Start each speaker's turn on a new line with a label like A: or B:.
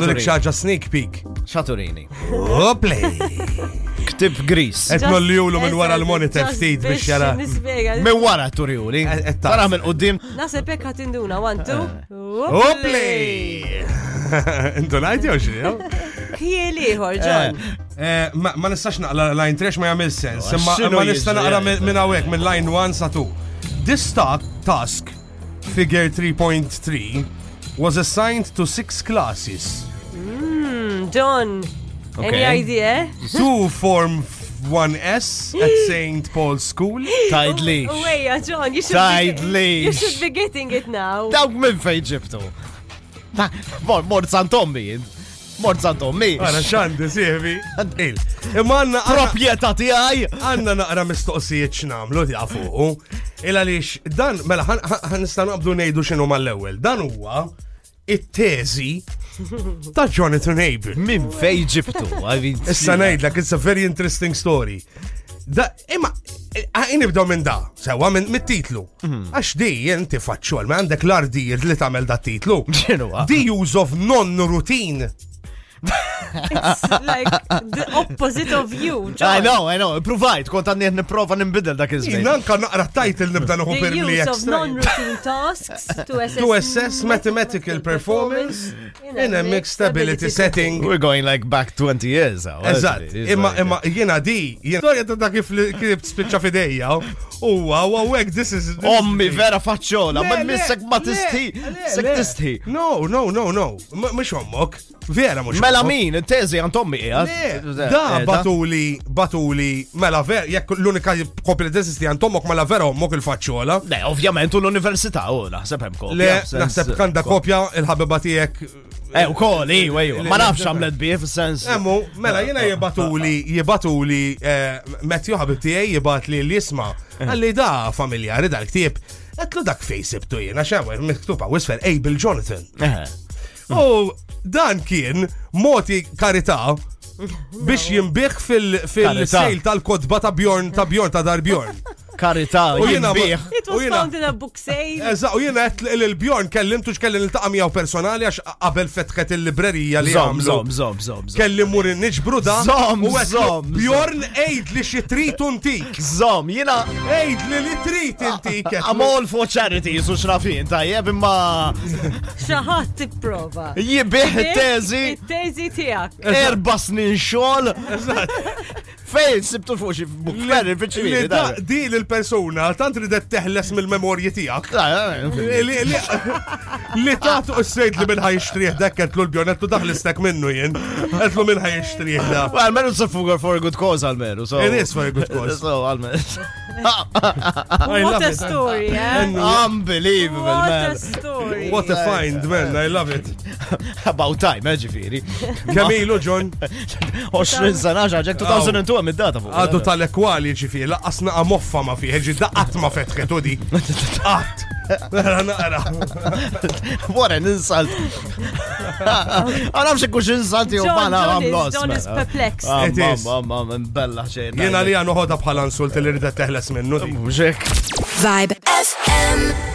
A: Nurik xaġa sneak peek. Oh,
B: Xaturini.
A: Oplej.
B: Ktib gris.
A: Et nolliju minn wara l-monitor ftit biex jara.
B: Min wara turiuli.
A: Eh, eh, tas.
B: Tara minn qoddim.
C: Nasib hekk ħadd induna, one, two.
A: Eh. Oplej. Intu najt jew xi, jew?
C: Kiel ieħor, John.
A: Eh, Ma ma nistax naqla line trash ma jagħmel sens.
B: Oh,
A: Imma
B: x'inhu
A: ma nista'
B: jiġri,
A: naqra
B: eh?
A: minn minn hawnhekk minn line 1 sa 2. This ta- task figure 3.3 was assigned to six classes.
C: Mm, John. Any
B: Okay.
C: idea?
A: Two form 1S at St. Paul's School.
B: Tajd li.
C: Oh, wait, John, you should
B: Tajd
C: be,
B: li.
C: you should be getting it now.
B: Dawk minn fej ġibtu. Ma- Mor mort Santommi. jien. Mort Santommi.
A: Għara xandi, sieħbi. Il. Imma għanna
B: Propieta tiegħi.
A: għanna naqra mistoqsijiet x'namlu ti fuqu. Il għaliex dan mela ħan- ħan ħan nista' naqbdu ngħidu x'inhu mal-ewwel. Dan huwa it-teżi ta' Jonathan Abel.
B: Min fej ġibtu. I mean,
A: Issa ngħidlek, it's a very interesting story. Da, imma, għajn nibdaw minn da, sewa minn mit-titlu. Għax di, jenti faċċol, ma għandek l-ardijiet li tamel da titlu.
B: X'inhuwa?
A: The use of non-routine.
C: like the opposite of you, John.
B: I know, I know. Provajt, kont għanni niprofa nimbidel dak iż-żmien.
A: Jina nka naqra title nibda
C: The
A: nħu per li
C: use of
A: extra.
C: non-routine tasks to assess,
A: To assess mathematical performance in a mixed stability setting.
B: We're going like back 20 years. now,
A: Eżatt,
B: actually. It's
A: imma
B: like-
A: imma jiena di, jiena storja ta' dak kif li- kif spiċċa fidejja. Uwa, uwa, wek, this is. this is-
B: Ommi vera faċċola, ma
A: Le,
B: missek
A: le,
B: ma
A: le,
B: tisti,
A: le,
B: sek
A: le.
B: tisti.
A: No, no, no, no. M- Mux ommok. Vera mux.
B: Mela
A: ommok.
B: min, tezi għan Tommi
A: Le,
B: qiegħed.
A: Da
B: Eh,
A: batuli, batuli, mela ver, jekk l-unika kopja li għantomok mela vera ommok il-facċola.
B: Le, ovvjament, u l-università u naħseb hemm kopja.
A: Le,
B: f'sens-
A: naħseb kanda kopja il-ħabiba tijek
B: Eh, u kol, iwa, iwa. Ma
A: Le,
B: nafx
A: le,
B: għamlet bih fil-sens.
A: Emmu, mela jina jibatuli, jibatuli, eh, Matthew ħabib tijaj jibat li l-jisma, għalli da familjari dal-ktib, għatlu dak fejsibtu jena xawer, miktuba, wisfer Abel Jonathan.
B: Eh,
A: U dan kien moti karita biex jimbiħ fil- fil-sejl tal-kodba ta' Bjorn, ta' Bjorn, ta' Dar Bjorn.
B: Karità,
A: U jina
B: jinbih.
C: It
A: Oh,
C: was found in a book sale.
A: Eżaq, u jena għet l-Bjorn kellimtu xkellim il-taqam jaw personali għax qabel fetħet il-librerija li
B: Zom,
A: għamlu.
B: zom, zom, zom, zom.
A: kelli mur niġbru da.
B: Zom,
A: u għetlu,
B: zom,
A: Bjorn ejd li xi trid untik.
B: Zom, jina.
A: Ejd li li trid intik. għetlu.
B: I'm all for charities u xrafin, tajjeb imma
C: Xaħat tipprova.
B: jibih tezi
C: Il-tezi tijak.
B: erba snin xol. Fejn sibtu fuq xi book fair
A: Li
B: fiċ-ċivili.
A: da- Di l-persuna tant ridet teħles mill-memorji tiegħek.
B: eh,
A: Li- li- Li tagħtu s-sejt li minn ħajxtrieħ dak għetlu l-Bjorn, għetlu daħlistek minnu jien. Għetlu minn ħajxtrieħ da.
B: Well, Almenu s-fugur for a good cause, almenu. so-
A: It is for a good cause.
B: So, almenu.
A: I love
C: What a
A: it.
C: story, eh?
B: Unbelievable,
C: What a
B: man.
C: story.
A: What a find, man, I love it.
B: About time, eh, ġifiri.
A: Kamilu, John,
B: 20 sena ġaġek 2002 għam id-data fuq.
A: għadu tal-ekwali ġifi, laqqas naqa moffa ma fiħ, ġi daqqat ma fetħetu di. Qatt. Nara, nara.
B: Warren, insult. Għanam xekku x-insult jow
C: John,
B: bħala
C: John
B: għam
C: is,
B: los.
C: John is perplexed.
A: It is.
B: Mam, mam, mam, bella xejn.
A: Jena li għan uħoda bħala insult li rridet teħles minnu di.
B: Mxek.
D: Vibe FM.